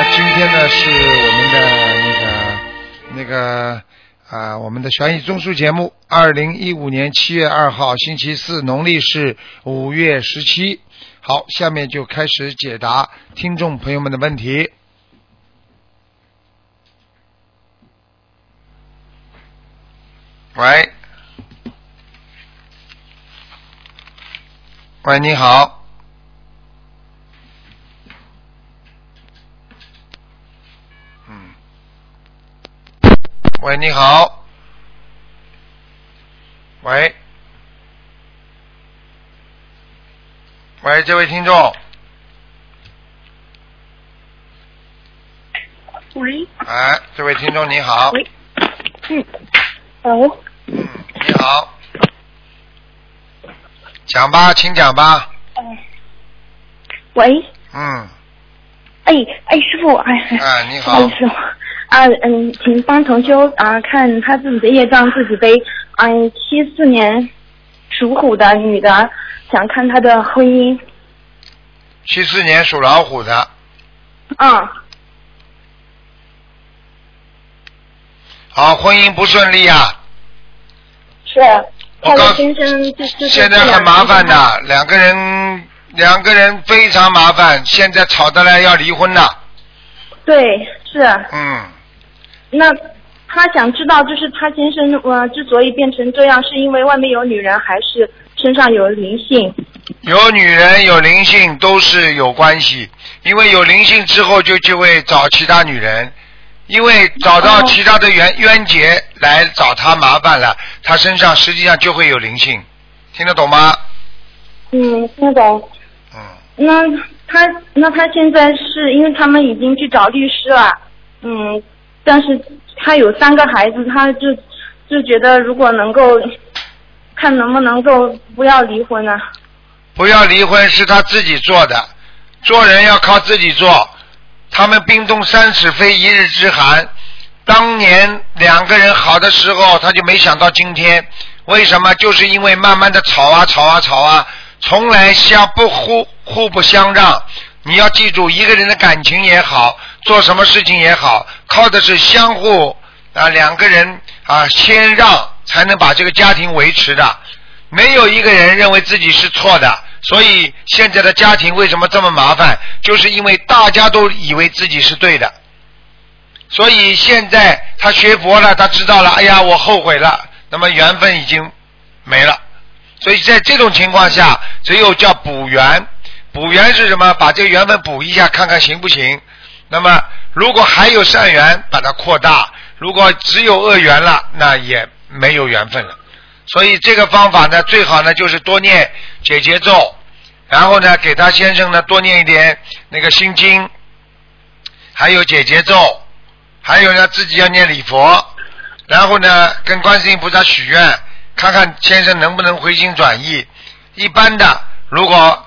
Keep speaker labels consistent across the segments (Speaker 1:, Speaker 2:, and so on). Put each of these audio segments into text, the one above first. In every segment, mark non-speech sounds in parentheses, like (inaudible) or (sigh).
Speaker 1: 呢是我们的那个那个啊，我们的悬疑综述节目，二零一五年七月二号星期四，农历是五月十七。好，下面就开始解答听众朋友们的问题。喂，喂，你好，嗯，喂，你好，喂，喂，这位听众，
Speaker 2: 喂，
Speaker 1: 哎，这位听众你好，
Speaker 2: 喂嗯，好，
Speaker 1: 嗯，你好，讲吧，请讲吧，
Speaker 2: 哎，喂，
Speaker 1: 嗯，
Speaker 2: 哎哎，师傅，哎，
Speaker 1: 哎，你
Speaker 2: 不好
Speaker 1: 好
Speaker 2: 意，思，啊嗯，请帮同修啊看他自己的业障自己背，嗯，七四年属虎的女的，想看她的婚姻，
Speaker 1: 七四年属老虎的，
Speaker 2: 啊，
Speaker 1: 好，婚姻不顺利啊，
Speaker 2: 是，
Speaker 1: 我
Speaker 2: 她
Speaker 1: 告
Speaker 2: 的
Speaker 1: 诉
Speaker 2: 先生就就是
Speaker 1: 现在很麻烦的，两个人两个人非常麻烦，现在吵得来要离婚了。
Speaker 2: 对，是，
Speaker 1: 嗯，
Speaker 2: 那她想知道，就是她先生呃之所以变成这样，是因为外面有女人，还是身上有灵性？
Speaker 1: 有女人有灵性都是有关系，因为有灵性之后就就会找其他女人，因为找到
Speaker 2: 哦
Speaker 1: 其他的冤冤结来找他麻烦了，他身上实际上就会有灵性，听得懂吗？
Speaker 2: 嗯，听得懂。
Speaker 1: 嗯，
Speaker 2: 那他那他现在是因为他们已经去找律师了，嗯，但是他有三个孩子，他就就觉得如果能够看能不能够不要离婚啊嗯呢、
Speaker 1: 不要离婚是他自己做的，做人要靠自己做。他们冰冻三尺非一日之寒。当年两个人好的时候，他就没想到今天。为什么？就是因为慢慢的吵啊吵啊吵啊，从来相不互互不相让。你要记住，一个人的感情也好，做什么事情也好，靠的是相互啊两个人啊谦让，才能把这个家庭维持的。没有一个人认为自己是错的，所以现在的家庭为什么这么麻烦，就是因为大家都以为自己是对的。所以现在他学佛了，他知道了，哎呀，我后悔了，那么缘分已经没了。所以在这种情况下，只有叫补缘。补缘是什么？把这个缘分补一下，看看行不行。那么如果还有善缘，把它扩大；如果只有恶缘了，那也没有缘分了。所以这个方法呢，最好呢就是多念解结咒，然后呢给他先生呢多念一点那个心经，还有解结咒，还有呢自己要念礼佛，然后呢跟观世音菩萨许愿，看看先生能不能回心转意。一般的，如果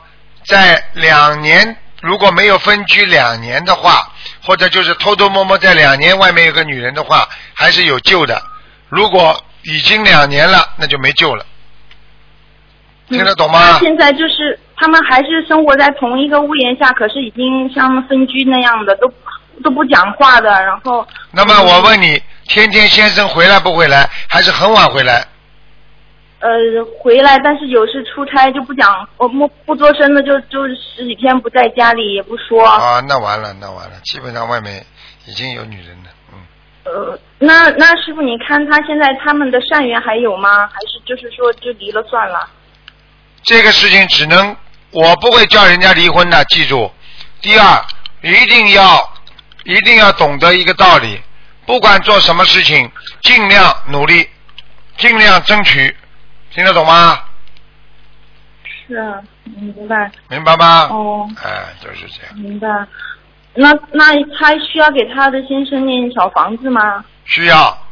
Speaker 1: 在两年如果没有分居两年的话，或者就是偷偷摸摸在两年外面有个女人的话，还是有救的。如果已经两年了，那就没救了。听得懂
Speaker 2: 他
Speaker 1: 吗？
Speaker 2: 现在就是他们还是生活在同一个屋檐下，可是已经像分居那样的，都都不讲话的，然后
Speaker 1: 那么我问你，天天先生回来不回来？还是很晚回来？
Speaker 2: 呃回来，但是有事出差就不讲，我不不做声的就就十几天不在家里也不说。
Speaker 1: 啊，那完了，那完了，基本上外面已经有女人了。嗯，
Speaker 2: 呃，那那师傅，你看他现在他们的善缘还有吗？还是就是说就离了算了？
Speaker 1: 这个事情只能我不会叫人家离婚的，记住。第二，一定要一定要懂得一个道理，不管做什么事情，尽量努力，尽量争取，听得懂吗？
Speaker 2: 是，嗯明白。
Speaker 1: 明白吗？
Speaker 2: 哦，
Speaker 1: 哎，就是这样，
Speaker 2: 明白。那那他需要给他的先生念小房子吗？
Speaker 1: 需要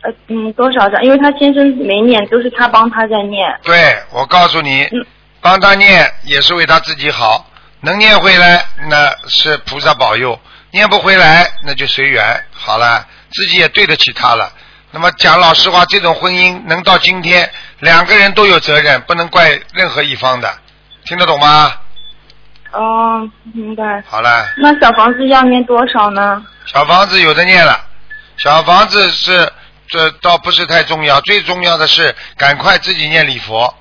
Speaker 2: 呃，嗯，多少张？因为他先生没念，都是他帮他在念。
Speaker 1: 对，我告诉你
Speaker 2: 嗯，
Speaker 1: 帮他念也是为他自己好，能念回来那是菩萨保佑，念不回来那就随缘，好了，自己也对得起他了。那么讲老实话，这种婚姻能到今天，两个人都有责任，不能怪任何一方的，听得懂吗？
Speaker 2: 哦，明白。
Speaker 1: 好了，
Speaker 2: 那小房子要念多少呢？
Speaker 1: 小房子有的念了，小房子是这倒不是太重要，最重要的是赶快自己念礼佛，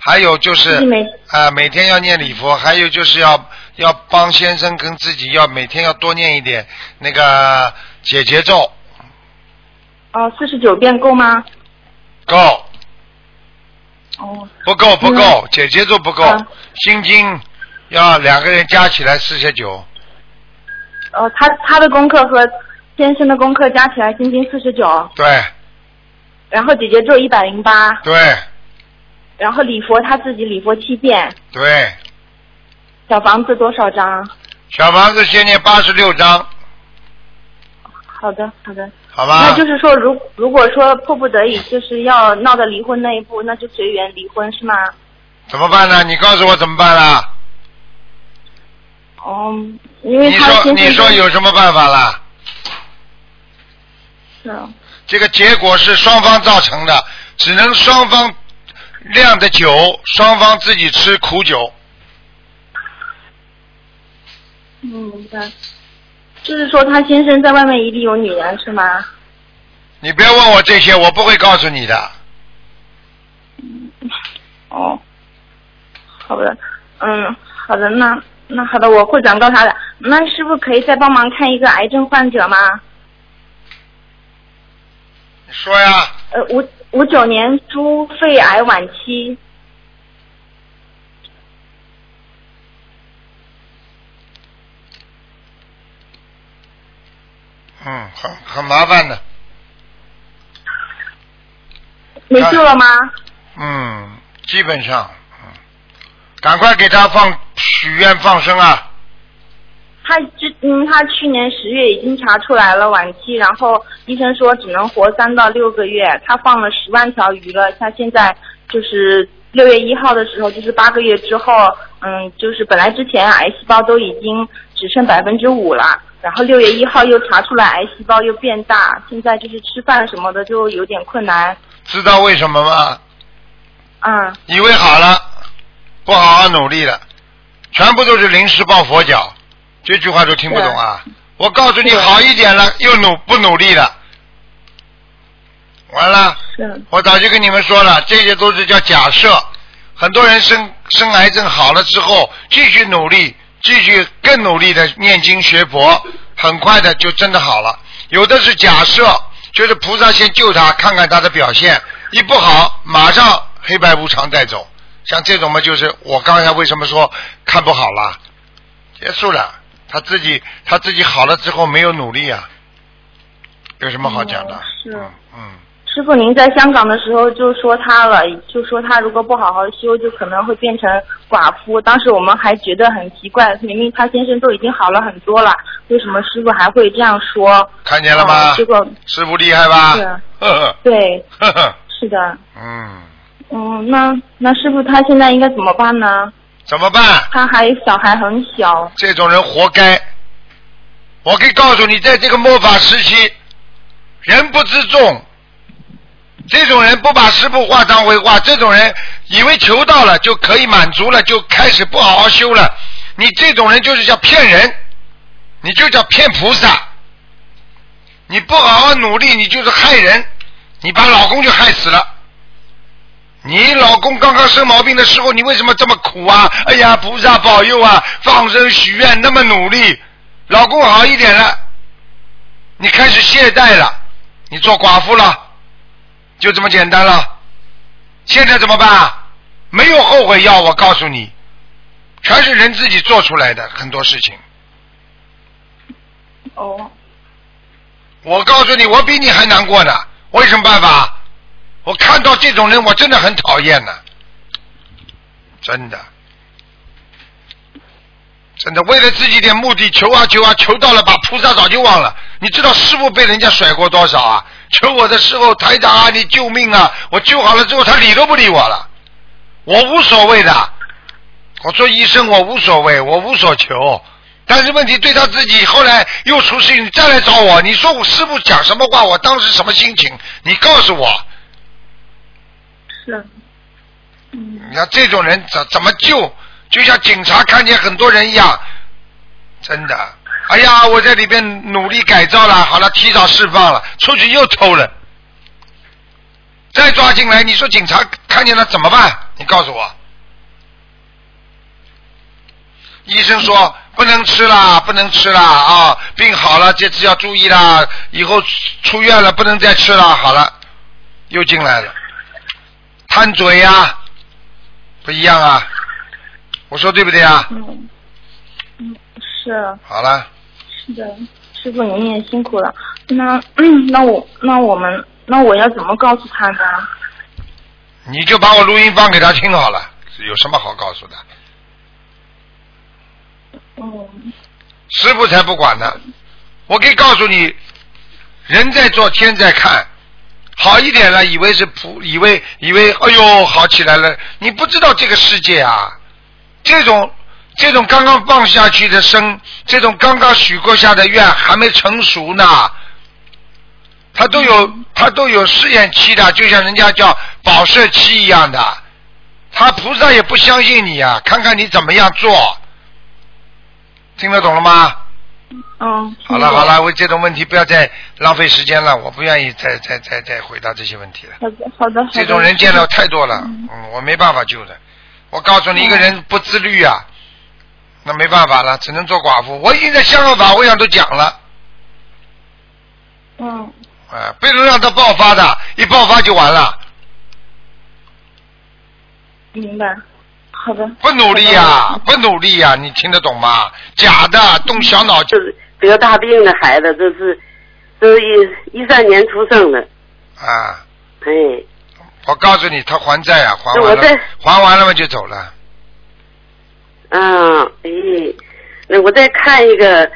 Speaker 1: 还有就是
Speaker 2: 自己每
Speaker 1: 啊、每天要念礼佛，还有就是要要帮先生跟自己要每天要多念一点那个解结咒，
Speaker 2: 哦，四十九遍够吗？
Speaker 1: 够
Speaker 2: 哦，
Speaker 1: 不够不够，解结咒不够
Speaker 2: 啊，
Speaker 1: 心经要两个人加起来四十九，
Speaker 2: 哦，他他的功课和先生的功课加起来，心经四十九，
Speaker 1: 对
Speaker 2: 然后姐姐咒一百零八，
Speaker 1: 对
Speaker 2: 然后礼佛他自己礼佛七遍，
Speaker 1: 对，
Speaker 2: 小房子多少张？
Speaker 1: 小房子先念八十六章，
Speaker 2: 好的，好的。
Speaker 1: 好
Speaker 2: 那
Speaker 1: 吧
Speaker 2: 就？是说，如如果说迫不得已，就是要闹到离婚那一步，那就随缘离婚是吗？
Speaker 1: 怎么办呢？你告诉我怎么办啦？
Speaker 2: 哦，因为
Speaker 1: 你
Speaker 2: 他
Speaker 1: 说
Speaker 2: 先
Speaker 1: 你说有什么办法啦？
Speaker 2: 是
Speaker 1: 这个结果是双方造成的，只能双方酿的酒，双方自己吃苦酒。
Speaker 2: 嗯，明白。就是说，他先生在外面一定有女人是吗？
Speaker 1: 你别问我这些，我不会告诉你的。
Speaker 2: 哦，好的，嗯，好的，那那好的，我会转告他的。那师傅可以再帮忙看一个癌症患者吗？
Speaker 1: 你说呀，
Speaker 2: 呃，五五九年猪肺癌晚期，
Speaker 1: 嗯，很很麻烦的，
Speaker 2: 没救了吗？
Speaker 1: 嗯，基本上，嗯，赶快给他放许愿放生啊，
Speaker 2: 他之嗯，他去年十月已经查出来了晚期，然后医生说只能活三到六个月。他放了十万条鱼了，他现在就是六月一号的时候，就是八个月之后，嗯，就是本来之前啊癌细胞都已经只剩百分之五了，然后六月一号又查出来癌细胞又变大，现在就是吃饭什么的就有点困难。
Speaker 1: 知道为什么吗？
Speaker 2: 嗯，
Speaker 1: 以为好了，不好好努力了，全部都是临时抱佛脚，这句话都听不懂啊！我告诉你
Speaker 2: 对
Speaker 1: 好一点了，又努不努力了，完了，
Speaker 2: 是，
Speaker 1: 我早就跟你们说了，这些都是叫假设。很多人生生癌症好了之后，继续努力，继续更努力的念经学佛，很快的就真的好了。有的是假设，就是菩萨先救他，看看他的表现，一不好马上黑白无常带走。像这种嘛，就是我刚才为什么说看不好了，结束了，他自己他自己好了之后没有努力啊，有什么好讲的？
Speaker 2: 哦是
Speaker 1: 嗯嗯。
Speaker 2: 师傅，您在香港的时候就说他了，就说他如果不好好修，就可能会变成寡妇。当时我们还觉得很奇怪，明明他先生都已经好了很多了，为什么师傅还会这样说？
Speaker 1: 看见了吗
Speaker 2: 哦？结果
Speaker 1: 师傅厉害吧？
Speaker 2: 是
Speaker 1: 呵
Speaker 2: 对，
Speaker 1: 呵呵呵，
Speaker 2: 是的，
Speaker 1: 嗯，
Speaker 2: 嗯，那那师傅他现在应该怎么办呢？
Speaker 1: 怎么办？
Speaker 2: 他还小孩很小，
Speaker 1: 这种人活该。我可以告诉你，在这个末法时期，人不自重，这种人不把师傅话当回话，这种人以为求到了就可以满足了，就开始不好好修了。你这种人就是叫骗人，你就叫骗菩萨。你不好好努力，你就是害人，你把老公就害死了。你老公刚刚生毛病的时候，你为什么这么苦啊？哎呀，菩萨保佑啊！放生许愿那么努力，老公好一点了，你开始懈怠了，你做寡妇了，就这么简单了。现在怎么办啊？没有后悔药，我告诉你，全是人自己做出来的很多事情。
Speaker 2: 哦，
Speaker 1: 我告诉你，我比你还难过呢。我有什么办法？我看到这种人，我真的很讨厌呢、真的，真的，为了自己点目的，求啊求啊，求到了，把菩萨早就忘了。你知道师傅被人家甩过多少啊？求我的时候，台长啊，你救命啊！我救好了之后，他理都不理我了。我无所谓的，我做医生我无所谓，我无所求。但是问题对他自己后来又出事情，你再来找我，你说我师傅讲什么话，我当时什么心情？你告诉我，
Speaker 2: 是，嗯，
Speaker 1: 你看这种人怎怎么救？就像警察看见很多人一样，真的。哎呀，我在里面努力改造了，好了，提早释放了，出去又偷了，再抓进来，你说警察看见了怎么办？你告诉我。医生说不能吃啦，不能吃啦啊，病好了这次要注意啦，以后出院了不能再吃了，好了，又进来了，贪嘴呀、不一样啊，我说对不对啊？
Speaker 2: 嗯，嗯，是
Speaker 1: 好了，
Speaker 2: 是的，师傅您也辛苦了。那、 (clears throat) 嗯、那我那我们那我要怎么告诉他呢？
Speaker 1: 你就把我录音放给他听好了，有什么好告诉的？
Speaker 2: 嗯，
Speaker 1: 师傅才不管呢。我可以告诉你，人在做，天在看。好一点了，以为是普，以为以为，哎呦，好起来了。你不知道这个世界啊，这种这种刚刚放下去的生，这种刚刚许过下的愿还没成熟呢，它都有它都有试验期的，就像人家叫保释期一样的。他菩萨也不相信你啊，看看你怎么样做。听得懂了吗？
Speaker 3: 哦
Speaker 2: 嗯，
Speaker 1: 好了好了，为这种问题不要再浪费时间了，我不愿意再再再再回答这些问题了。
Speaker 2: 好的，好的，好的。
Speaker 1: 这种人见了太多了，嗯，我没办法救的。我告诉你，一个人不自律啊，那没办法了，只能做寡妇。我已经在香港法会上都讲了，
Speaker 2: 嗯，
Speaker 1: 啊、不能让他爆发的，一爆发就完了。
Speaker 2: 明白。好的。
Speaker 1: 不努力啊呀、不努力呀、你听得懂吗？假的，动小脑筋
Speaker 4: 就是得大病的孩子，这是这是一一三年出生的，
Speaker 1: 啊！
Speaker 4: 哎，
Speaker 1: 我告诉你，他还债啊，还
Speaker 4: 那
Speaker 1: 完
Speaker 4: 我
Speaker 1: 了
Speaker 4: 在，
Speaker 1: 还完了嘛就走了。
Speaker 4: 啊，哎，那我再看一个，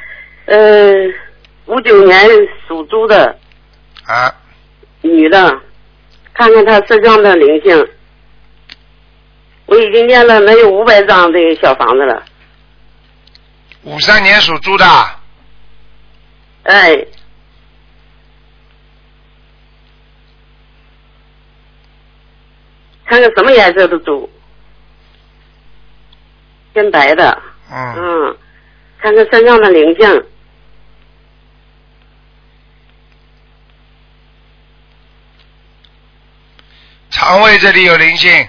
Speaker 4: 呃，五九年属猪的
Speaker 1: 啊，
Speaker 4: 女的，看看她身上的灵性。我已经念了能有五百张这个小房子了，
Speaker 1: 五三年属猪的，
Speaker 4: 哎，看看什么颜色的猪，偏白的，
Speaker 1: 嗯，
Speaker 4: 嗯，看看身上的灵性，
Speaker 1: 肠胃这里有灵性，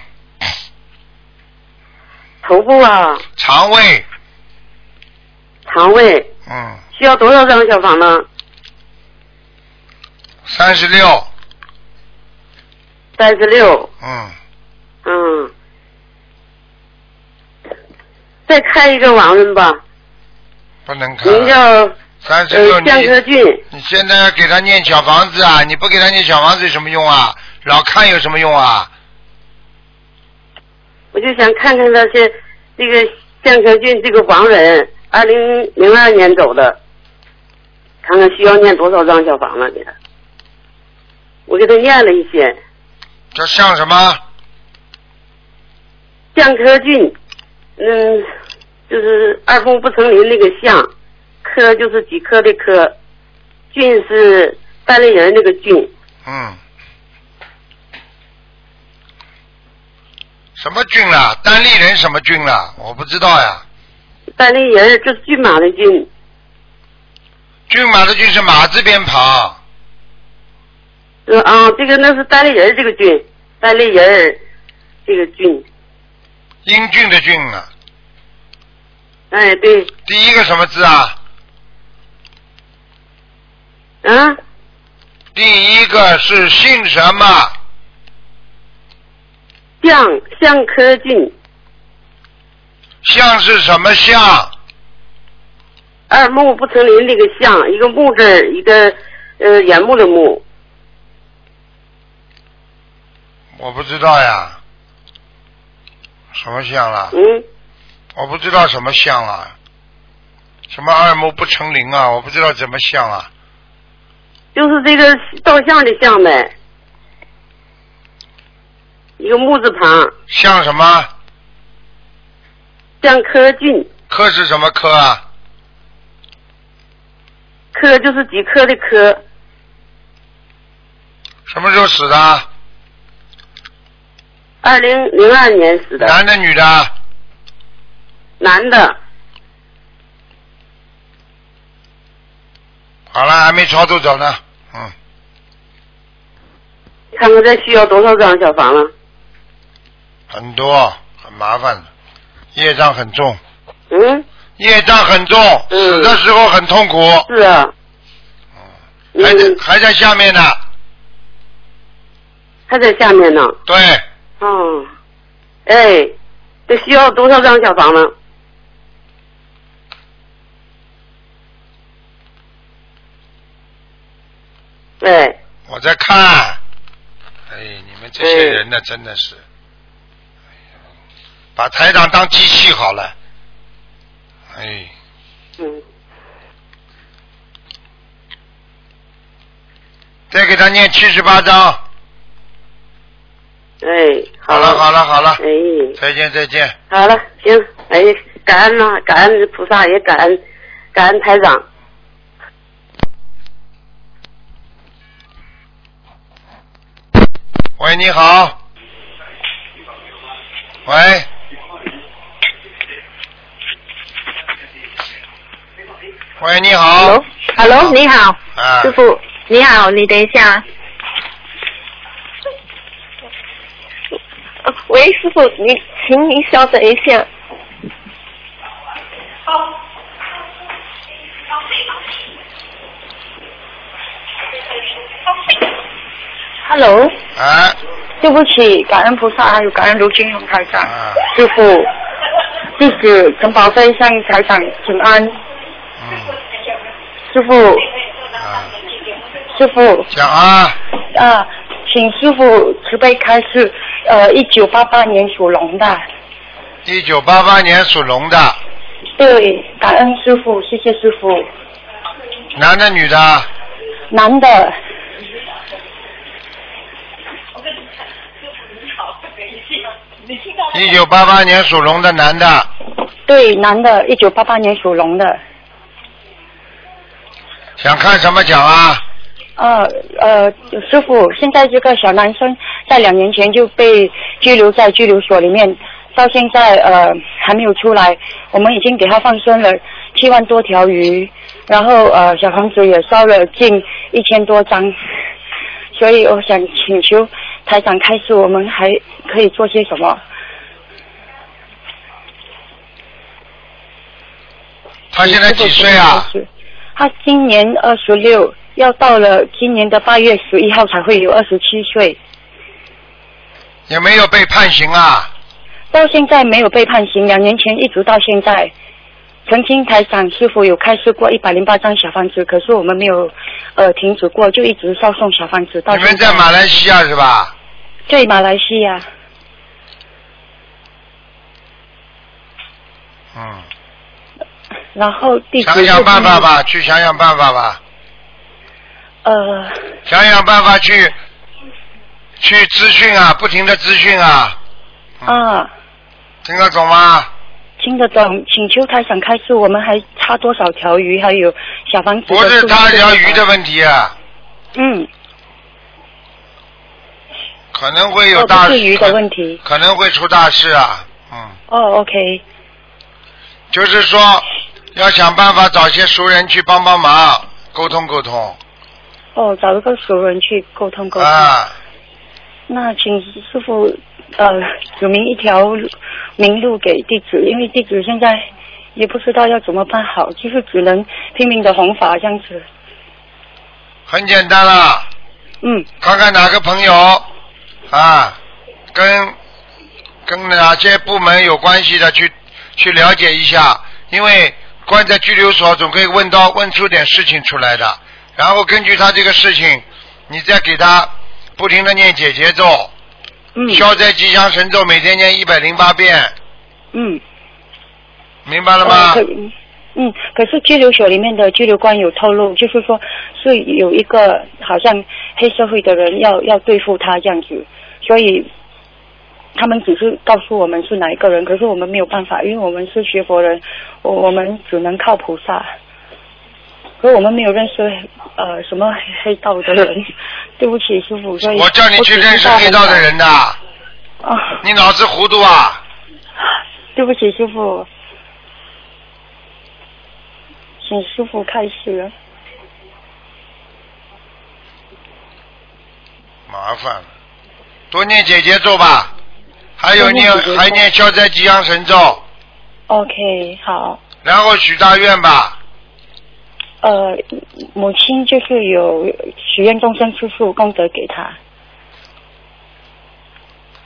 Speaker 4: 头部啊，
Speaker 1: 肠胃，
Speaker 4: 肠胃
Speaker 1: 嗯，
Speaker 4: 需要多少张小房呢？
Speaker 1: 三十六，
Speaker 4: 三十六，
Speaker 1: 嗯，
Speaker 4: 嗯。再看一个亡人吧，
Speaker 1: 不能看。
Speaker 4: 名叫
Speaker 1: 三十六，
Speaker 4: 呃江科
Speaker 1: 你
Speaker 4: 俊，
Speaker 1: 你现在要给他念小房子啊？你不给他念小房子有什么用啊？老看有什么用啊？
Speaker 4: 我就想看看他是这个江科俊这个亡人，二零零二年走的，看看需要念多少张小房子给他。我给他念了一些，
Speaker 1: 这像什么？
Speaker 4: 向科俊，嗯，就是二凤不成林那个向，科就是几科的科，俊是单立人那个俊，
Speaker 1: 嗯，什么菌啦？单立人什么菌啦？我不知道呀。
Speaker 4: 单立人就是骏马的骏，
Speaker 1: 骏马的骏是马字边旁，
Speaker 4: 嗯啊，这个那是单立人这个俊，单立人这个俊，
Speaker 1: 英俊的俊啊。
Speaker 4: 哎对，
Speaker 1: 第一个什么字啊？
Speaker 4: 啊，
Speaker 1: 第一个是姓什么？
Speaker 4: 向向科俊，
Speaker 1: 像是什么像？
Speaker 4: 二木不成林那个向，一个木字儿一个呃眼木的木，
Speaker 1: 我不知道呀。什么像啦？
Speaker 4: 嗯，
Speaker 1: 我不知道什么像啊，什么二目不成林啊，我不知道怎么像啊。
Speaker 4: 就是这个照相的相呗，一个木字旁，
Speaker 1: 像什么
Speaker 4: 像科俊，
Speaker 1: 科是什么科啊？
Speaker 4: 科就是几科的科，
Speaker 1: 什么时候死的啊？
Speaker 4: 二零零二年死的，
Speaker 1: 男的女的啊？
Speaker 4: 男的，
Speaker 1: 好了，还没超度走呢，嗯，
Speaker 4: 看看这需要多少张小房啊子？
Speaker 1: 很多，很麻烦，业障很重，
Speaker 4: 嗯，
Speaker 1: 业障很重，
Speaker 4: 嗯
Speaker 1: 死的时候很痛苦，
Speaker 4: 是啊，嗯
Speaker 1: 还在还在下面呢，
Speaker 4: 还在下面呢。
Speaker 1: 对，
Speaker 4: 哦，哎，这需要多少张小房子？哎，
Speaker 1: 我在看，哎，你们这些人呢，真的是，哎呦把台长当机器好了，哎，
Speaker 4: 嗯，
Speaker 1: 再给他念七十八章，
Speaker 4: 哎，
Speaker 1: 好了
Speaker 4: 了，
Speaker 1: 好了好了，
Speaker 4: 哎，
Speaker 1: 再见再见，
Speaker 4: 好了，行，哎，感恩呐、感恩菩萨，也感恩，感恩台长。
Speaker 1: 喂，你好。喂。喂，你好
Speaker 5: Hello，。Hello，你好，
Speaker 1: 啊
Speaker 5: 师，傅，你好，你等一下啊。喂，师傅，你请你稍等一下。Hello，
Speaker 1: 哎，
Speaker 5: 对不起，感恩菩萨，还有感恩卢金荣台长，
Speaker 1: 啊
Speaker 5: 师傅，弟子陈宝飞向台长请安，
Speaker 1: 嗯，
Speaker 5: 师傅，
Speaker 1: 啊，
Speaker 5: 师傅，
Speaker 1: 讲啊，
Speaker 5: 啊，请师傅慈悲开示。呃，一九八八年属龙的，
Speaker 1: 一九八八年属龙的，
Speaker 5: 对，感恩师傅，谢谢师傅。
Speaker 1: 男的女的，
Speaker 5: 男的，
Speaker 1: 一九八八年属龙的男的，
Speaker 5: 对，男的，一九八八年属龙的。
Speaker 1: 想看什么讲啊？
Speaker 5: 呃呃，师傅，现在这个小男生在两年前就被拘留在拘留所里面，到现在呃还没有出来。我们已经给他放生了七万多条鱼，然后呃小房子也烧了近一千多张，所以我想请求台长开始，我们还可以做些什么？
Speaker 1: 他现在几岁啊？？
Speaker 5: 他今年二十六，要到了今年的八月十一号才会有二十七岁。
Speaker 1: 也没有被判刑啊？
Speaker 5: 到现在没有被判刑，两年前一直到现在。曾经台长师傅有开示过一百零八张小房子，可是我们没有呃停止过，就一直烧送小房子到
Speaker 1: 你
Speaker 5: 现
Speaker 1: 们在马
Speaker 5: 马
Speaker 1: 来西亚是吧？
Speaker 5: 对马来西亚，
Speaker 1: 嗯，
Speaker 5: 然后地址
Speaker 1: 想
Speaker 5: 是
Speaker 1: 想办法吧，去想想办法吧。
Speaker 5: 呃，
Speaker 1: 想想办法去去资讯啊，不停的资讯啊，嗯
Speaker 5: 啊，
Speaker 1: 听得懂吗？
Speaker 5: 听得懂，请求台长开示，我们还差多少条鱼，还有小房子的
Speaker 1: 不是
Speaker 5: 数量
Speaker 1: 他条鱼的问题啊，
Speaker 5: 嗯，
Speaker 1: 可能会有
Speaker 5: 哦，
Speaker 1: 大
Speaker 5: 不是鱼的问题，
Speaker 1: 可能会出大事啊。嗯，
Speaker 5: 哦，OK，
Speaker 1: 就是说要想办法找些熟人去帮帮忙，沟通沟通
Speaker 5: 哦，找一个熟人去沟通沟通。
Speaker 1: 啊。
Speaker 5: 那请师傅呃指明一条明路给弟子，因为弟子现在也不知道要怎么办好，就是只能拼命的弘法这样子。
Speaker 1: 很简单啦，
Speaker 5: 嗯，
Speaker 1: 看看哪个朋友啊，跟跟哪些部门有关系的去去了解一下，因为关在拘留所总可以问到问出点事情出来的，然后根据他这个事情，你再给他不停的念解结咒、
Speaker 5: 嗯，
Speaker 1: 消灾吉祥神咒，每天念一百零八遍，
Speaker 5: 嗯，
Speaker 1: 明白了
Speaker 5: 呃
Speaker 1: 吗
Speaker 5: 可？以嗯，可是拘留所里面的拘留官有透露，就是说是有一个好像黑社会的人要要对付他这样子，所以他们只是告诉我们是哪一个人，可是我们没有办法，因为我们是学佛人，我我们只能靠菩萨。可是我们没有认识呃什么黑道的人， (laughs) 对不起师傅，所以
Speaker 1: 我叫你去
Speaker 5: 只
Speaker 1: 认
Speaker 5: 知
Speaker 1: 识
Speaker 5: 道
Speaker 1: 黑道的人的，
Speaker 5: 啊， (laughs)
Speaker 1: 你脑子糊涂啊！
Speaker 5: (sighs) 对不起师傅，请师傅开始。
Speaker 1: 麻烦了，多念姐姐咒吧，还有
Speaker 5: 多念
Speaker 1: 念
Speaker 5: 姐姐咒
Speaker 1: 还念消灾吉祥神咒，
Speaker 5: OK，好。
Speaker 1: 然后许大愿吧，
Speaker 5: 呃，母亲就是有许愿众生吃素功德给他。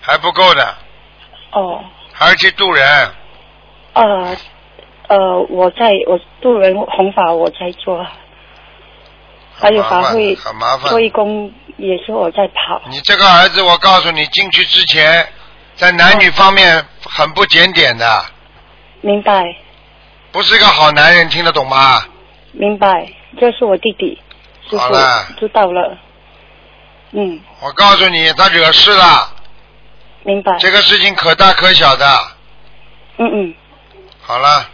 Speaker 1: 还不够的，
Speaker 5: 哦，
Speaker 1: 还要去渡人，
Speaker 5: 呃，呃，我在我渡人弘法我在做，还有
Speaker 1: 很麻
Speaker 5: 法
Speaker 1: 烦
Speaker 5: 会
Speaker 1: 很麻烦
Speaker 5: 做。义工也是我在跑。
Speaker 1: 你这个儿子，我告诉你，进去之前在男女方面很不检点的，
Speaker 5: 明白，
Speaker 1: 不是个好男人，听得懂吗？
Speaker 5: 明白，这是我弟弟，师
Speaker 1: 好了
Speaker 5: 傅知道了。嗯，
Speaker 1: 我告诉你，他惹事了，
Speaker 5: 明白。
Speaker 1: 这个事情可大可小的。
Speaker 5: 嗯嗯，
Speaker 1: 好了，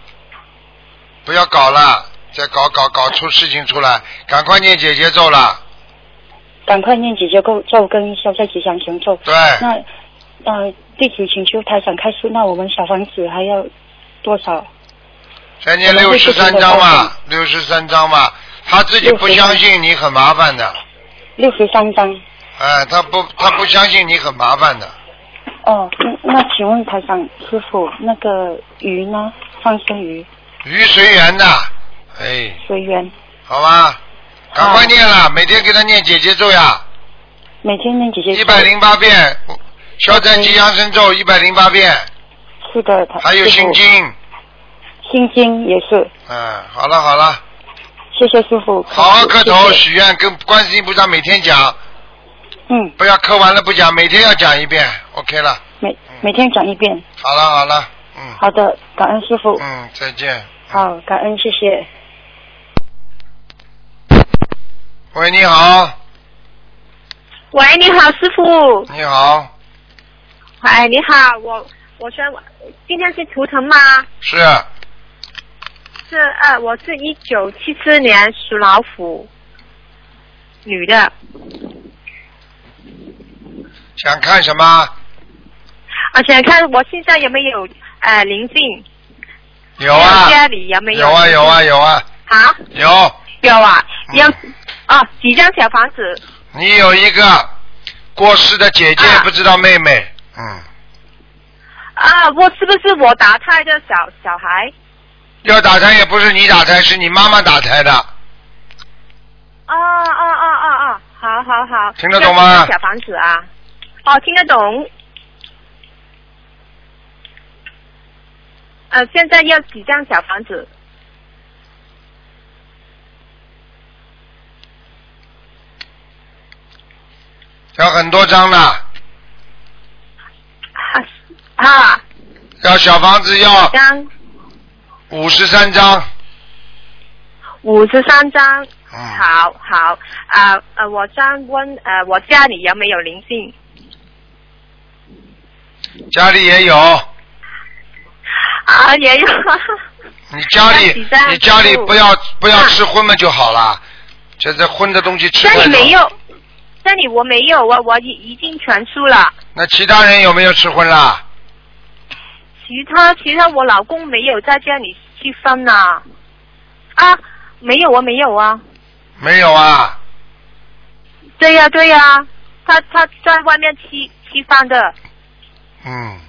Speaker 1: 不要搞了，再搞搞搞出事情出来，赶快念姐姐咒了。
Speaker 5: 赶快念几节咒咒跟消灾吉祥神咒。
Speaker 1: 对，
Speaker 5: 那呃，弟子请求台长开示，那我们小房子还要多少？
Speaker 1: 再念
Speaker 5: 我们
Speaker 1: 六
Speaker 5: 会
Speaker 1: 十
Speaker 5: 继续
Speaker 1: 三
Speaker 5: 的
Speaker 1: 章
Speaker 5: 告
Speaker 1: 吧，六十三章吧。他自己不
Speaker 5: 63
Speaker 1: 相信你很麻烦的，
Speaker 5: 六十三张。
Speaker 1: 哎，他不他不相信你很麻烦的。
Speaker 5: 哦，那那请问台长师傅，那个鱼呢？放生鱼
Speaker 1: 鱼随缘的，哎，
Speaker 5: 随缘，
Speaker 1: 好吧，赶快
Speaker 5: 好
Speaker 1: 念了，每天给他念姐姐咒呀，
Speaker 5: 每天念几节？
Speaker 1: 一百。零八遍，消灾吉祥神咒一百零八遍，
Speaker 5: 是的，台
Speaker 1: 还有
Speaker 5: 师
Speaker 1: 心
Speaker 5: 傅
Speaker 1: 经，
Speaker 5: 心经也是。
Speaker 1: 嗯，好了好了，
Speaker 5: 谢谢师傅。
Speaker 1: 好好磕头
Speaker 5: 谢谢
Speaker 1: 许愿，跟观世音菩萨每天讲，
Speaker 5: 嗯，
Speaker 1: 不要磕完了不讲，每天要讲一遍，OK 了，
Speaker 5: 每每天讲一遍。
Speaker 1: 好了好了，嗯
Speaker 5: 好的，感恩师傅。
Speaker 1: 嗯，再见。
Speaker 5: 好，感恩，谢谢。
Speaker 1: 喂，你好，
Speaker 3: 喂，你好，师傅。
Speaker 1: 你好，
Speaker 3: 哎，你好，我我说我今天是图腾吗？
Speaker 1: 是
Speaker 3: 是呃，我是一九七四年属老虎，女的。
Speaker 1: 想看什么？
Speaker 3: 而且看我现在有没有呃灵性？
Speaker 1: 有啊，
Speaker 3: 家里有没
Speaker 1: 有啊，有啊，有啊，
Speaker 3: 啊，
Speaker 1: 有。
Speaker 3: 有啊，
Speaker 1: 嗯
Speaker 3: 要、啊几张小房子？
Speaker 1: 你有一个过世的姐姐，
Speaker 3: 啊
Speaker 1: 不知道妹妹。嗯，
Speaker 3: 啊，我是不是我打胎的小小孩？
Speaker 1: 要打胎也不是你打胎，是你妈妈打胎的。
Speaker 3: 啊啊啊啊啊！好好好，
Speaker 1: 听得懂吗
Speaker 3: 要几张小房子啊，哦，听得懂。呃，现在要几张小房子？
Speaker 1: 要很多张的，
Speaker 3: 啊啊，
Speaker 1: 要小房子要
Speaker 3: 张
Speaker 1: 五十三张。
Speaker 3: 五十三张。
Speaker 1: 嗯，
Speaker 3: 好好啊呃，我想问呃，我家里有没有灵性？
Speaker 1: 家里也有，
Speaker 3: 啊，也有。
Speaker 1: 你家
Speaker 3: 嗯那几
Speaker 1: 里
Speaker 3: 张
Speaker 1: 你家里
Speaker 3: 师傅
Speaker 1: 不要不要
Speaker 3: 啊
Speaker 1: 吃荤的就好了，这这荤的东西吃
Speaker 3: 家
Speaker 1: 太
Speaker 3: 里没
Speaker 1: 多。
Speaker 3: 有，家里我没有，我我已已经全输了。
Speaker 1: 那其他人有没有吃荤啦？
Speaker 3: 其他其他我老公没有在家里去分呐、啊，没有啊没有啊，
Speaker 1: 没有啊，
Speaker 3: 对呀、对呀、他他在外面吃吃饭的，
Speaker 1: 嗯。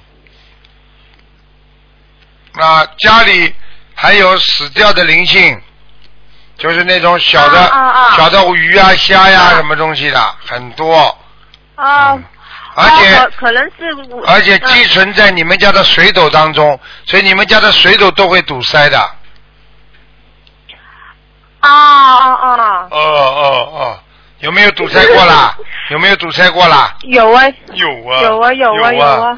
Speaker 1: 那家里还有死掉的灵性，就是那种小的、
Speaker 3: 啊啊啊
Speaker 1: 小的鱼啊、虾呀、
Speaker 3: 啊
Speaker 1: 什么东西的，很多。
Speaker 3: 啊，
Speaker 1: 嗯而且、
Speaker 3: 啊可可能是我
Speaker 1: 而且
Speaker 3: 嗯
Speaker 1: 寄存在你们家的水斗当中，所以你们家的水斗都会堵塞的。
Speaker 3: 啊啊啊，
Speaker 1: 哦哦哦，有没有堵塞过
Speaker 3: (laughs)
Speaker 1: 啦？有没有堵塞过啦？
Speaker 3: 有啊，
Speaker 1: 有啊
Speaker 3: 有啊有啊
Speaker 1: 有
Speaker 3: 有啊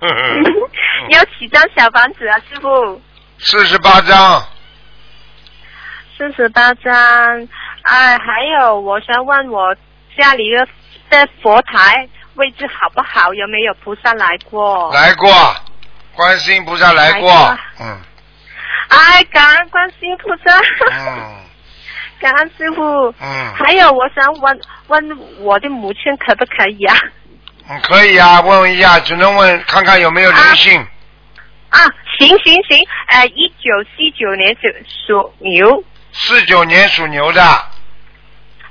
Speaker 1: 嗯
Speaker 3: (laughs) 要几张小房子啊，师傅？
Speaker 1: (laughs) 四十八章，
Speaker 3: 四十八张，哎，还有我想问我家里的的佛台位置好不好？有没有菩萨来过？
Speaker 1: 来过，观世音菩萨来过，
Speaker 3: 来过
Speaker 1: 嗯
Speaker 3: 哎，感恩观世音菩萨，
Speaker 1: 嗯
Speaker 3: (laughs) 感恩师傅。
Speaker 1: 嗯
Speaker 3: 还有，我想问问我的母亲可不可以啊？
Speaker 1: 嗯，可以啊，问一下，只能问看看有没有灵性，
Speaker 3: 啊，行行行，呃，一九七九年属属牛，
Speaker 1: 四九年属牛的，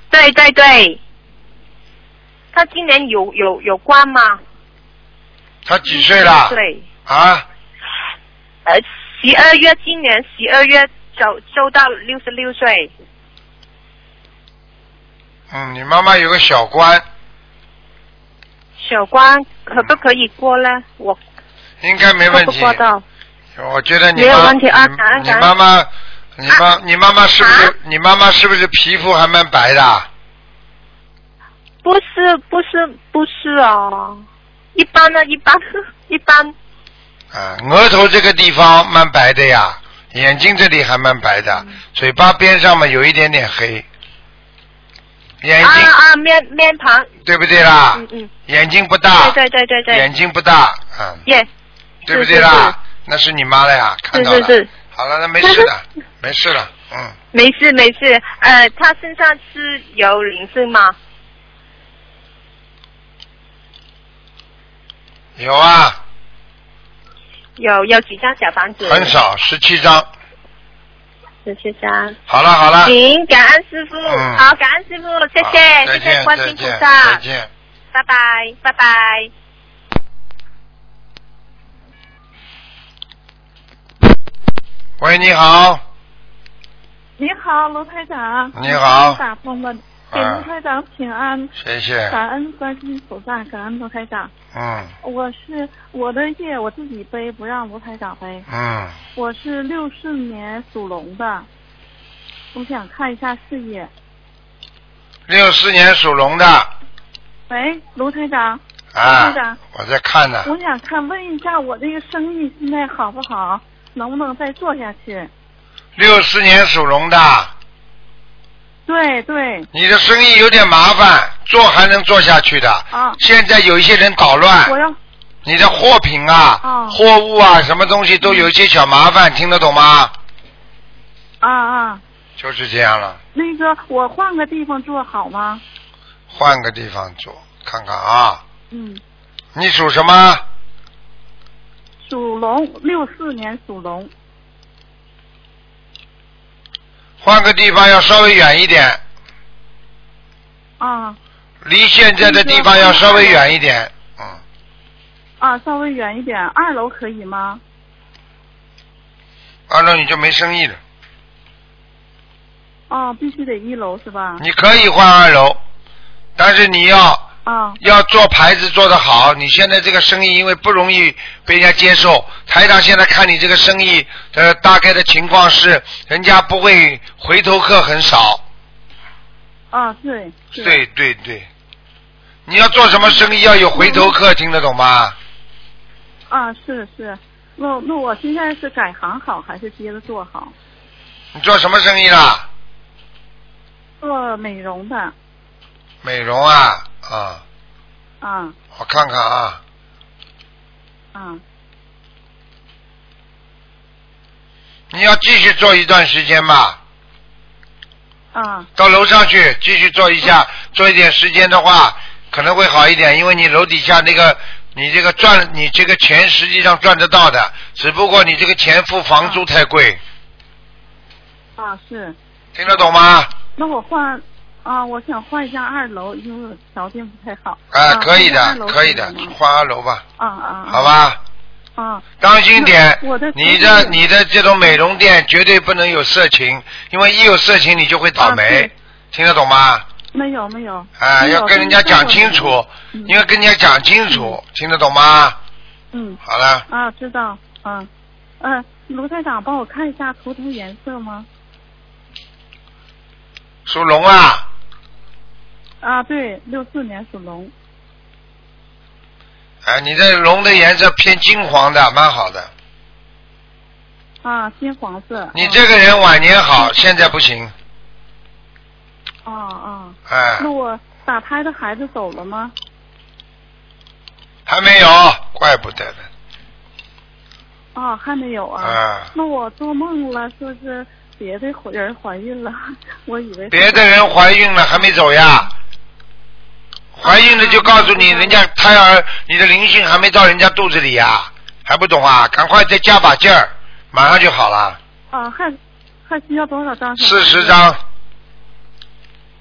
Speaker 3: 对对对。他今年有有有关吗？
Speaker 1: 他几岁了？
Speaker 3: 对，
Speaker 1: 啊，
Speaker 3: 呃，十二月今年十二月走走到六十六岁，
Speaker 1: 嗯，你妈妈有个小官，
Speaker 3: 小关可不可以过呢？我
Speaker 1: 应该没
Speaker 3: 过
Speaker 1: 问
Speaker 3: 不
Speaker 1: 题。
Speaker 3: 过到？
Speaker 1: 我觉得你
Speaker 3: 没有
Speaker 1: 妈
Speaker 3: 问题啊
Speaker 1: 你
Speaker 3: 感恩
Speaker 1: 你
Speaker 3: 感恩
Speaker 1: 妈妈，你妈、你妈妈是不是、
Speaker 3: 啊
Speaker 1: 你妈妈是不是皮肤还蛮白的？
Speaker 3: 不是不是不是哦，一般呢，一般一般
Speaker 1: 啊，额头这个地方蛮白的呀，眼睛这里还蛮白的，
Speaker 3: 嗯
Speaker 1: 嘴巴边上嘛有一点点黑，眼睛、
Speaker 3: 啊啊面面庞，
Speaker 1: 对不对啦？
Speaker 3: 嗯嗯，
Speaker 1: 眼睛不大，
Speaker 3: 对对对对对，
Speaker 1: 眼睛不大，嗯，
Speaker 3: 耶，
Speaker 1: 对不对啦？那是你妈了呀，看
Speaker 3: 是
Speaker 1: 到了。
Speaker 3: 是是，
Speaker 1: 好了，那没事
Speaker 3: (laughs)
Speaker 1: 的，没事了，嗯，
Speaker 3: 没事没事，呃，他身上是有灵性吗？
Speaker 1: 有啊，
Speaker 3: 有有几张小房子？
Speaker 1: 很少，十七张。
Speaker 3: 十七张。
Speaker 1: 好了好了，
Speaker 3: 行，感恩师傅，
Speaker 1: 啊嗯
Speaker 3: 好，感恩师傅，谢
Speaker 1: 好
Speaker 3: 谢，
Speaker 1: 啊再
Speaker 3: 谢
Speaker 1: 见
Speaker 3: 谢观世
Speaker 1: 再
Speaker 3: 音菩
Speaker 1: 见
Speaker 3: 萨
Speaker 1: 再，见。
Speaker 3: 拜拜，拜拜。
Speaker 1: 喂，你好，
Speaker 6: 你好，卢台长。
Speaker 1: 你好
Speaker 6: 打通了，给
Speaker 1: 啊哎
Speaker 6: 卢台长请安，
Speaker 1: 谢谢，
Speaker 3: 嗯
Speaker 6: 感恩观世音菩萨，感恩卢台长。
Speaker 1: 嗯
Speaker 6: 我是我的业我自己背，不让卢台长背。
Speaker 1: 嗯，
Speaker 6: 我是六四年属龙的，我想看一下事业。
Speaker 1: 六四年属龙的
Speaker 6: 喂，卢台长，
Speaker 1: 啊
Speaker 6: 是的，
Speaker 1: 我在看呢，
Speaker 3: 嗯
Speaker 6: 我想看问一下我这个生意现在好不好，能不能再做下去？
Speaker 1: 六四年属龙的，
Speaker 6: 对对，
Speaker 1: 你的生意有点麻烦，做还能做下去的，
Speaker 3: 哦
Speaker 6: 啊
Speaker 1: 现在有一些人捣乱
Speaker 6: 我，要
Speaker 1: 你的货品啊、
Speaker 6: 哦
Speaker 1: 货物啊、什么东西都有一些小麻
Speaker 3: 嗯
Speaker 1: 烦，听得懂吗？
Speaker 6: 啊啊，
Speaker 1: 就是这样了，
Speaker 6: 那个我换个地方做好吗？
Speaker 1: 换个地方做看看啊。
Speaker 6: 嗯，
Speaker 1: 你属什么？
Speaker 6: 属龙，六四年属龙。
Speaker 1: 换个地方要稍微远一点，
Speaker 6: 啊
Speaker 1: 离现在的地方要稍微远一点。嗯，
Speaker 6: 啊，稍微远一点，二楼可以吗？
Speaker 1: 二楼你就没生意了。
Speaker 6: 哦，必须得一楼是吧？
Speaker 1: 你可以换二楼，但是你要
Speaker 6: 啊
Speaker 1: 要做牌子做得好。你现在这个生意因为不容易被人家接受，台长现在看你这个生意呃大概的情况是，人家不会回头客很少。
Speaker 6: 啊，对
Speaker 1: 对对对，你要做什么生意要有回头客，听得懂吗？
Speaker 6: 啊，是是。那那我现在是改行好还是接着做好？
Speaker 1: 你做什么生意啦？
Speaker 6: 做美容的
Speaker 1: 美容啊啊，
Speaker 6: 啊
Speaker 1: 我看看啊，
Speaker 6: 啊
Speaker 1: 你要继续做一段时间吧。
Speaker 6: 啊
Speaker 1: 到楼上去继续做一下，
Speaker 6: 嗯
Speaker 1: 做一点时间的话，可能会好一点，因为你楼底下那个，你这个赚，你这个钱实际上赚得到的，只不过你这个钱付房
Speaker 6: 嗯
Speaker 1: 租太贵，
Speaker 6: 啊是。
Speaker 1: 听得懂吗？
Speaker 6: 那我换啊，我想换一下二楼，因为条件不太好。
Speaker 1: 啊，可以
Speaker 6: 换一下二
Speaker 1: 的，
Speaker 6: 楼
Speaker 1: 可以的
Speaker 6: 吗，
Speaker 1: 换二楼吧，
Speaker 6: 啊啊，
Speaker 1: 好。吧，
Speaker 6: 啊
Speaker 1: 当心点
Speaker 6: 那我的，
Speaker 1: 你的
Speaker 6: 同事
Speaker 1: 你的这种美容店绝对不能有色情，因为一有色情你就会倒
Speaker 6: 啊
Speaker 1: 霉
Speaker 6: 对，嗯
Speaker 1: 听得懂吗？
Speaker 6: 没有没有。
Speaker 1: 啊，
Speaker 6: 没有
Speaker 1: 要跟人家讲清。楚，
Speaker 6: 嗯
Speaker 1: 你要跟人家讲清楚，听得懂吗？
Speaker 6: 嗯。
Speaker 1: 好了。
Speaker 6: 啊，知道，嗯，嗯，卢台长帮我看一下图腾颜色吗？
Speaker 1: 属龙啊，
Speaker 6: 啊，对，六四年属龙，
Speaker 1: 啊，你这龙的颜色偏金黄的，蛮好的。
Speaker 6: 啊，金黄色。
Speaker 1: 你这个人晚年好，现在不行，
Speaker 6: 啊啊，
Speaker 1: 哎
Speaker 6: 那，我打胎的孩子走了吗？
Speaker 1: 还没有，怪不得呢。
Speaker 6: 啊，还没有啊。
Speaker 1: 啊
Speaker 6: 那我做梦了，说是别的人怀孕了， (laughs) 我以为是
Speaker 1: 别的人怀孕了还没走呀，怀孕了就告诉你，人家胎儿，你的灵性还没到人家肚子里呀，还不懂啊？赶快再加把劲儿，马上就好了。
Speaker 6: 啊，还还需要多少张？
Speaker 1: 四十。张，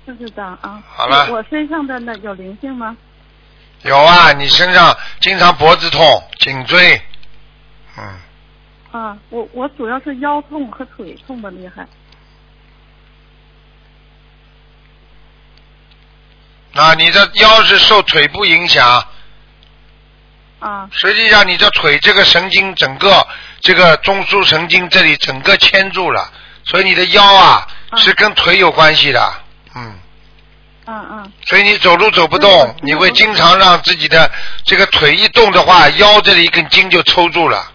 Speaker 6: 四十张啊。
Speaker 1: 好了
Speaker 6: 我身上的那有灵性吗？
Speaker 1: 有啊，你身上经常脖子痛、颈椎，嗯，
Speaker 6: 啊，我我主要是腰痛和腿痛的厉害。
Speaker 1: 啊，你的腰是受腿部影响，
Speaker 6: 啊
Speaker 1: 实际上你这腿这个神经整个这个中枢神经这里整个牵住了，所以你的腰啊
Speaker 6: 嗯
Speaker 1: 是跟腿有关系的，嗯，
Speaker 6: 嗯嗯
Speaker 1: 所以你走路走不
Speaker 6: 嗯
Speaker 1: 动
Speaker 6: 嗯，
Speaker 1: 你会经常让自己的这个腿一动的话，腰这里一根筋就抽住了。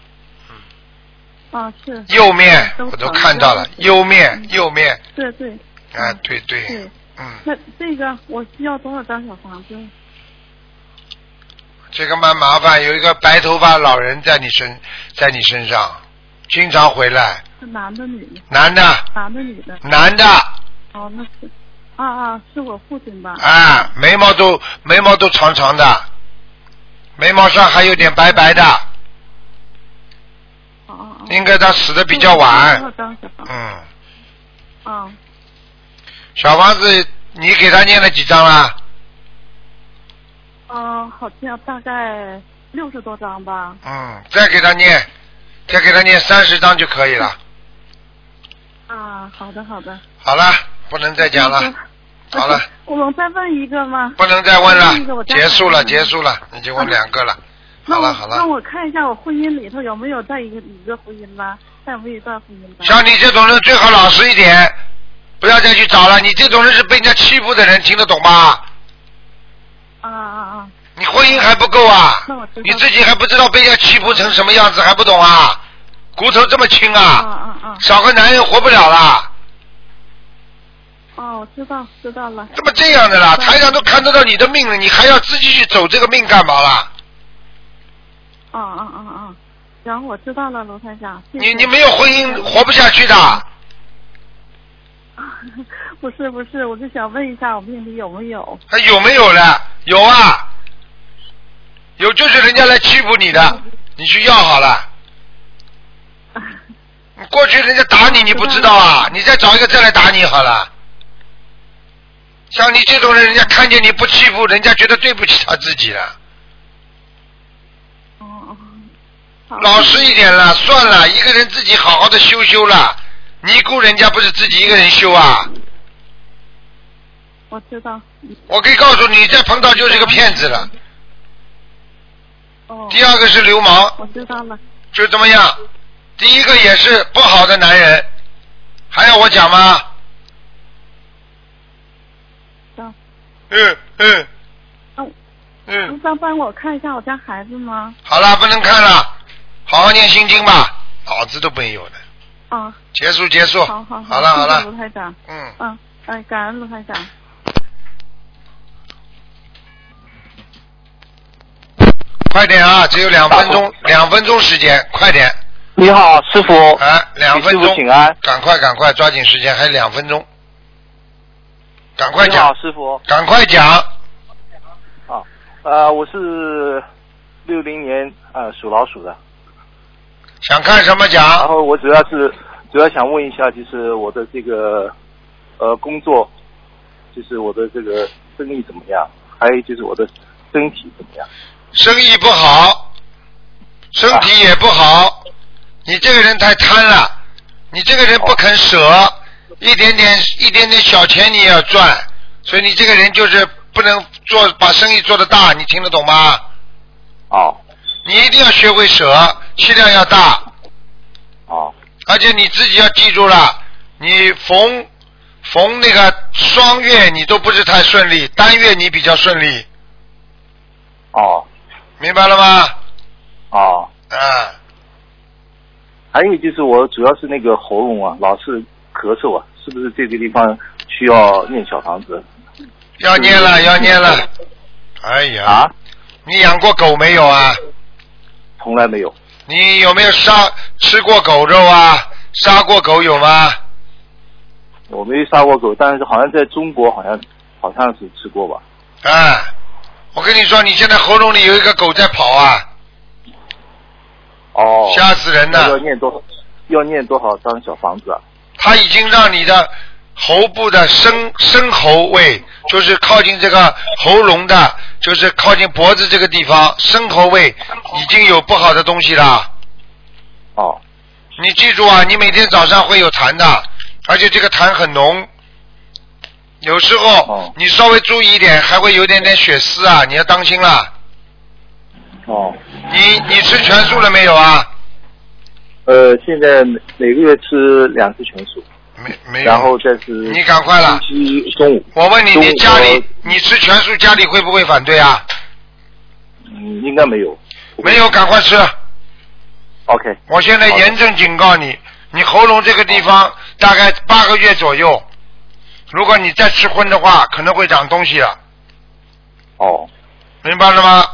Speaker 6: 啊是
Speaker 1: 右面
Speaker 6: 嗯都
Speaker 1: 我都
Speaker 6: 疼
Speaker 1: 看到了，右面
Speaker 6: 嗯
Speaker 1: 右面，
Speaker 6: 对对
Speaker 1: 啊
Speaker 6: 嗯，
Speaker 1: 对对
Speaker 6: 对，，
Speaker 1: 嗯，
Speaker 6: 那这个我需要多少张小房子？
Speaker 1: 这个蛮麻烦，有一个白头发老人在你身在你身上，经常回来，
Speaker 6: 是男的女的？
Speaker 1: 男的
Speaker 6: 男的女的？
Speaker 1: 男的，
Speaker 6: 哦，那是啊啊，是我父亲吧？
Speaker 1: 啊，眉毛都眉毛都长长的，眉毛上还有点白白的，
Speaker 6: 哦哦哦。
Speaker 1: 应该他死的比较
Speaker 6: 多少
Speaker 1: 晚。
Speaker 6: 张小房子？
Speaker 1: 嗯，
Speaker 6: 啊，
Speaker 1: 小房子，你给他念了几张啦？
Speaker 6: 嗯，好像大概六十多张吧。
Speaker 1: 嗯，再给他念，再给他念三十张就可以了。
Speaker 6: 啊，好的好的。
Speaker 1: 好了，不能再讲
Speaker 6: 嗯
Speaker 1: 了，好了。
Speaker 6: (laughs) 我能再问一个吗？
Speaker 1: 不能再问
Speaker 6: 那个
Speaker 1: 了，
Speaker 6: 我再
Speaker 1: 结束了，
Speaker 6: 看看
Speaker 1: 结束了，已经问两个了。
Speaker 6: 那
Speaker 1: 好
Speaker 6: 我
Speaker 1: 了好
Speaker 6: 那
Speaker 1: 了，
Speaker 6: 我看一下我婚姻里头有没有在一个一个婚姻吧，在没有一段婚姻吧。
Speaker 1: 像你这种人最好老实一点，不要再去找了。你这种人是被人家欺负的人，听得懂吗？
Speaker 6: 啊啊啊！
Speaker 1: 你婚姻还不够啊
Speaker 6: 那我知道？
Speaker 1: 你自己还不知道被人家欺负成什么样子，还不懂啊？骨头这么轻
Speaker 6: 啊
Speaker 1: 啊，
Speaker 6: 啊啊！
Speaker 1: 少个男人活不了啦！
Speaker 6: 哦，我知道知道了。
Speaker 1: 怎么这样的啦？
Speaker 6: 嗯
Speaker 1: 台长都看得到你的命了，你还要自己去走这个命干嘛啦？
Speaker 6: 啊啊啊啊！行，我知道了，卢台长。谢谢
Speaker 1: 你你没有婚姻活不下去的。
Speaker 6: (laughs) 不是不是，我就想问一下我命里有没有？ (laughs)
Speaker 1: 还有没有了？有啊，有就是人家来欺负你的，你去要好了。
Speaker 6: 哦
Speaker 1: 你过去人家打你，你不知道啊？你再找一个再来打你好了。像你这种人，人家看见你不欺负，人家觉得对不起他自己了。
Speaker 6: 哦哦。好
Speaker 1: 老实一点了，算了，一个人自己好好的修修了。尼姑人家不是自己一个人修啊？
Speaker 6: 我知道。嗯
Speaker 1: 我可以告诉你，再碰到就是个骗子了。
Speaker 6: 哦。
Speaker 1: 第二个是流氓，
Speaker 6: 我知道了。
Speaker 1: 就这么样。第一个也是不好的男人，还要我讲吗？
Speaker 6: 行，
Speaker 1: 嗯嗯
Speaker 6: 那我
Speaker 1: 嗯
Speaker 6: 能，再帮我看一下我家孩子吗？
Speaker 1: 好了，不能看了，好好念心经吧，脑子都没有了。
Speaker 6: 啊，
Speaker 1: 结束结束，
Speaker 6: 好好
Speaker 1: 了哦好
Speaker 6: 谢谢卢
Speaker 1: 了，
Speaker 6: 台长。
Speaker 1: 嗯。
Speaker 6: 嗯，哎，感恩卢台长。
Speaker 1: 快点啊，只有两分钟，两分钟时间，快点
Speaker 7: 你好，师傅。
Speaker 1: 啊，两分
Speaker 7: 给师
Speaker 1: 钟
Speaker 7: 傅，请安。
Speaker 1: 赶快赶快，抓紧时间，还有两分钟，赶快
Speaker 7: 你好
Speaker 1: 讲，，
Speaker 7: 师傅。
Speaker 1: 赶快讲，
Speaker 7: 啊，呃，我是六零年呃属老鼠的，
Speaker 1: 啊想看什么
Speaker 7: 然
Speaker 1: 讲？
Speaker 7: 后我主要是主要想问一下，就是我的这个呃工作，就是我的这个生意怎么样，还有就是我的身体怎么样。
Speaker 1: 生意不好，身体也不好，你这个人太贪了，你这个人不肯舍，一点点一点点小钱你也要赚，所以你这个人就是不能做把生意做得大，你听得懂吗？
Speaker 7: 哦
Speaker 1: 你一定要学会舍，气量要大，
Speaker 7: 哦
Speaker 1: 而且你自己要记住了，你逢逢那个双月你都不是太顺利，单月你比较顺利，
Speaker 7: 哦
Speaker 1: 明白了吗？
Speaker 7: 哦，
Speaker 1: 啊，
Speaker 7: 还有就是我主要是那个喉咙啊，老是咳嗽啊，是不是这个地方需要念小房子
Speaker 1: 要念了，要念了。嗯哎呀，
Speaker 7: 啊？
Speaker 1: 你养过狗没有啊？
Speaker 7: 从来没有。
Speaker 1: 你有没有杀吃过狗肉啊？杀过狗有吗？
Speaker 7: 我没杀过狗，但是好像在中国好像好像是吃过吧？
Speaker 1: 啊，我跟你说，你现在喉咙里有一个狗在跑啊，
Speaker 7: 哦，
Speaker 1: 吓死人
Speaker 7: 那
Speaker 1: 了
Speaker 7: 要！念多少？要念多少张小房子啊？
Speaker 1: 他已经让你的喉部的深深喉位，就是靠近这个喉咙的，就是靠近脖子这个地方，深喉位已经有不好的东西了。
Speaker 7: 哦，
Speaker 1: 你记住啊，你每天早上会有痰的，而且这个痰很浓，有时候
Speaker 7: 哦
Speaker 1: 你稍微注意一点，还会有点点血丝啊，你要当心啦。
Speaker 7: 哦，
Speaker 1: 你你吃全素了没有啊？
Speaker 7: 呃，现在每每个月吃两次全素，
Speaker 1: 没没有。
Speaker 7: 然后再吃
Speaker 1: 你赶快了
Speaker 7: 星期一中午。
Speaker 1: 我问你，
Speaker 7: 中午
Speaker 1: 你家里
Speaker 7: 我
Speaker 1: 你吃全素，家里会不会反对啊？
Speaker 7: 嗯，应该没有。
Speaker 1: 没有，赶快吃。
Speaker 7: OK，
Speaker 1: 我现在
Speaker 7: 好的
Speaker 1: 严正警告你，你喉咙这个地方大概八个月左右，如果你再吃荤的话，可能会长东西了，
Speaker 7: 哦，
Speaker 1: 明白了吗？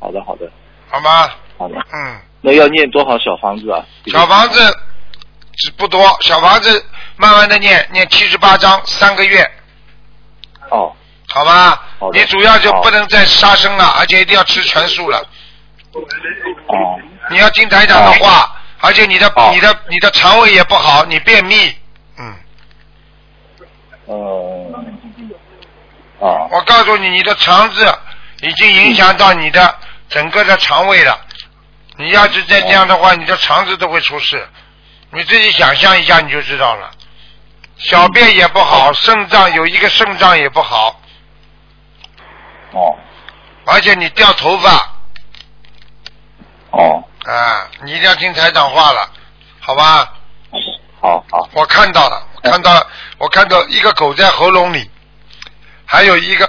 Speaker 7: 好的，好的，
Speaker 1: 好吗？
Speaker 7: 好的。
Speaker 1: 嗯，
Speaker 7: 那要念多少小房子啊？
Speaker 1: 小房子只不多，小房子慢慢的念，念七十八章，三个月，
Speaker 7: 哦，
Speaker 1: 好吧？
Speaker 7: 好的
Speaker 1: 你主要就
Speaker 7: 好
Speaker 1: 不能再杀生了，而且一定要吃全素了。
Speaker 7: 哦，
Speaker 1: 你要听台长的话，而且你的、
Speaker 7: 好
Speaker 1: 你的你的肠胃也不好，你便秘。嗯，
Speaker 7: 呃，啊，
Speaker 1: 我告诉你，你的肠子已经影响到你的整个的肠胃了。你要是再这样的话，你的肠子都会出事。你自己想象一下，你就知道了。小便也不好，肾脏有一个肾脏也不好，
Speaker 7: 哦，
Speaker 1: 而且你掉头发
Speaker 7: 哦，
Speaker 1: 啊！你一定要听台长话了，好吧？
Speaker 7: 好好，
Speaker 1: 我看到了，我看到，我看到一个狗在喉咙里，还有一个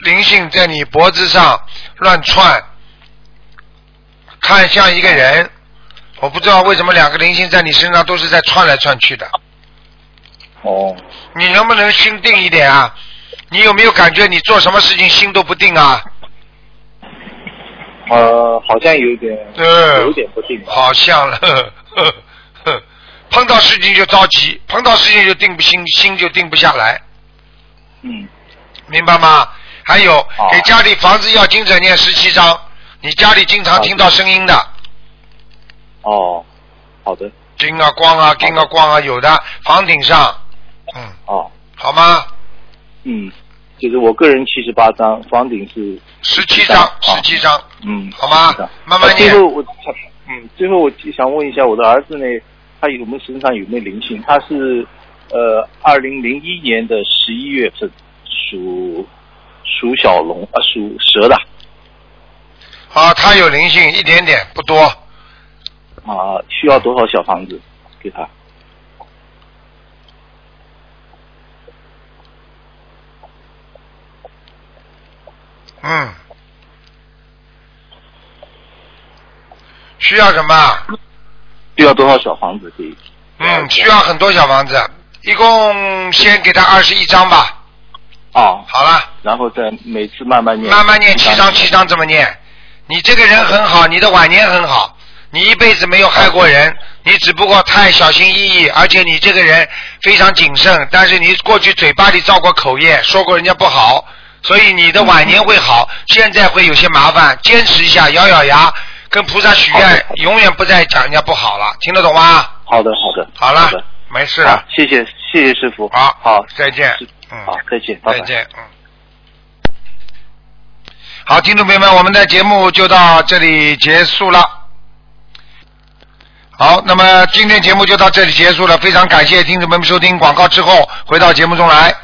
Speaker 1: 灵性在你脖子上乱窜，看像一个人。我不知道为什么两个灵性在你身上都是在窜来窜去的。
Speaker 7: 哦，
Speaker 1: 你能不能心定一点啊？你有没有感觉你做什么事情心都不定啊？
Speaker 7: 呃，好像有点，
Speaker 1: 嗯
Speaker 7: 有点不定吧。
Speaker 1: 好像了，呵呵呵碰到事情就着急，碰到事情就定不心，心就定不下来。
Speaker 7: 嗯，
Speaker 1: 明白吗？还有
Speaker 7: 好，
Speaker 1: 给家里房子要经者念十七章，你家里经常听到声音的，
Speaker 7: 哦，好的，
Speaker 1: 叮啊咣啊，叮啊咣啊，有的房顶上，嗯，
Speaker 7: 哦，
Speaker 1: 好吗？
Speaker 7: 嗯，就是我个人七十八张，房顶是
Speaker 1: 十七章，
Speaker 7: 好
Speaker 1: 十七章，
Speaker 7: 嗯，
Speaker 1: 好吗
Speaker 7: 是的
Speaker 1: 慢慢
Speaker 7: 呃最
Speaker 1: 念
Speaker 7: 后我想，嗯，最后我想问一下我的儿子呢，他有没有身上有没有灵性？他是呃，二零零一年的十一月份，属属小龙啊，属蛇的
Speaker 1: 啊，他有灵性，一点点，不多，
Speaker 7: 啊，需要多少小房子给他？
Speaker 1: 嗯，需要什么？
Speaker 7: 需要多少小房子给？
Speaker 1: 嗯，需要很多小房子，一共先给他二十一章吧，
Speaker 7: 啊，
Speaker 1: 好了。
Speaker 7: 然后再每次慢慢念，
Speaker 1: 慢慢念七章七章这么念。你这个人很好，你的晚年很好，你一辈子没有害过人，你只不过太小心翼翼，而且你这个人非常谨慎，但是你过去嘴巴里造过口业，说过人家不好，所以你的晚年会好，现在会有些麻烦，坚持一下，咬咬牙，跟菩萨许
Speaker 7: 好
Speaker 1: 愿
Speaker 7: 的好，的
Speaker 1: 永远不再讲人家不好了，听得懂吗？
Speaker 7: 好的，好的，
Speaker 1: 好了
Speaker 7: 好的，
Speaker 1: 没事
Speaker 7: 是
Speaker 1: 了，
Speaker 7: 谢谢，谢谢师傅，
Speaker 1: 好
Speaker 7: 好，
Speaker 1: 再见
Speaker 7: 是
Speaker 1: 嗯
Speaker 7: 好，再见，拜
Speaker 1: 再
Speaker 7: 拜。
Speaker 1: 见，嗯。好，听众朋友们，我们的节目就到这里结束了。好，那么今天节目就到这里结束了，非常感谢听众朋友们收听广告之后回到节目中来。